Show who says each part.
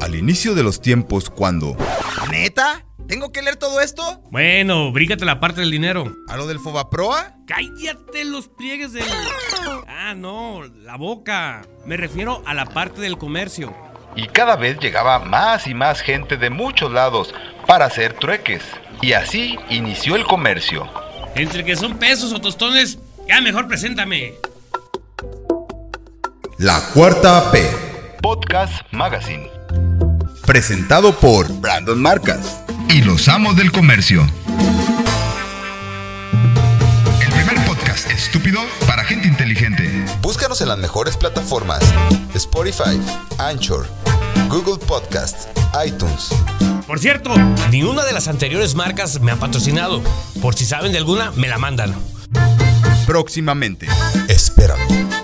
Speaker 1: al inicio de los tiempos cuando...
Speaker 2: ¿Neta? ¿Tengo que leer todo esto?
Speaker 3: Bueno, brígate la parte del dinero.
Speaker 2: ¿A lo del Fobaproa?
Speaker 3: Cállate los pliegues del... Ah, no, la boca. Me refiero a la parte del comercio.
Speaker 4: Y cada vez llegaba más y más gente de muchos lados para hacer trueques. Y así inició el comercio.
Speaker 3: Entre que son pesos o tostones, ya mejor preséntame.
Speaker 1: La cuarta P.
Speaker 4: Podcast Magazine.
Speaker 1: Presentado por Brandon Marcas
Speaker 4: y los amos del comercio. El primer podcast estúpido para gente inteligente.
Speaker 5: Búscanos en las mejores plataformas: Spotify, Anchor, Google Podcast, iTunes.
Speaker 3: Por cierto, ni una de las anteriores marcas me ha patrocinado. Por si saben de alguna, me la mandan.
Speaker 1: Próximamente.
Speaker 5: Espéralo.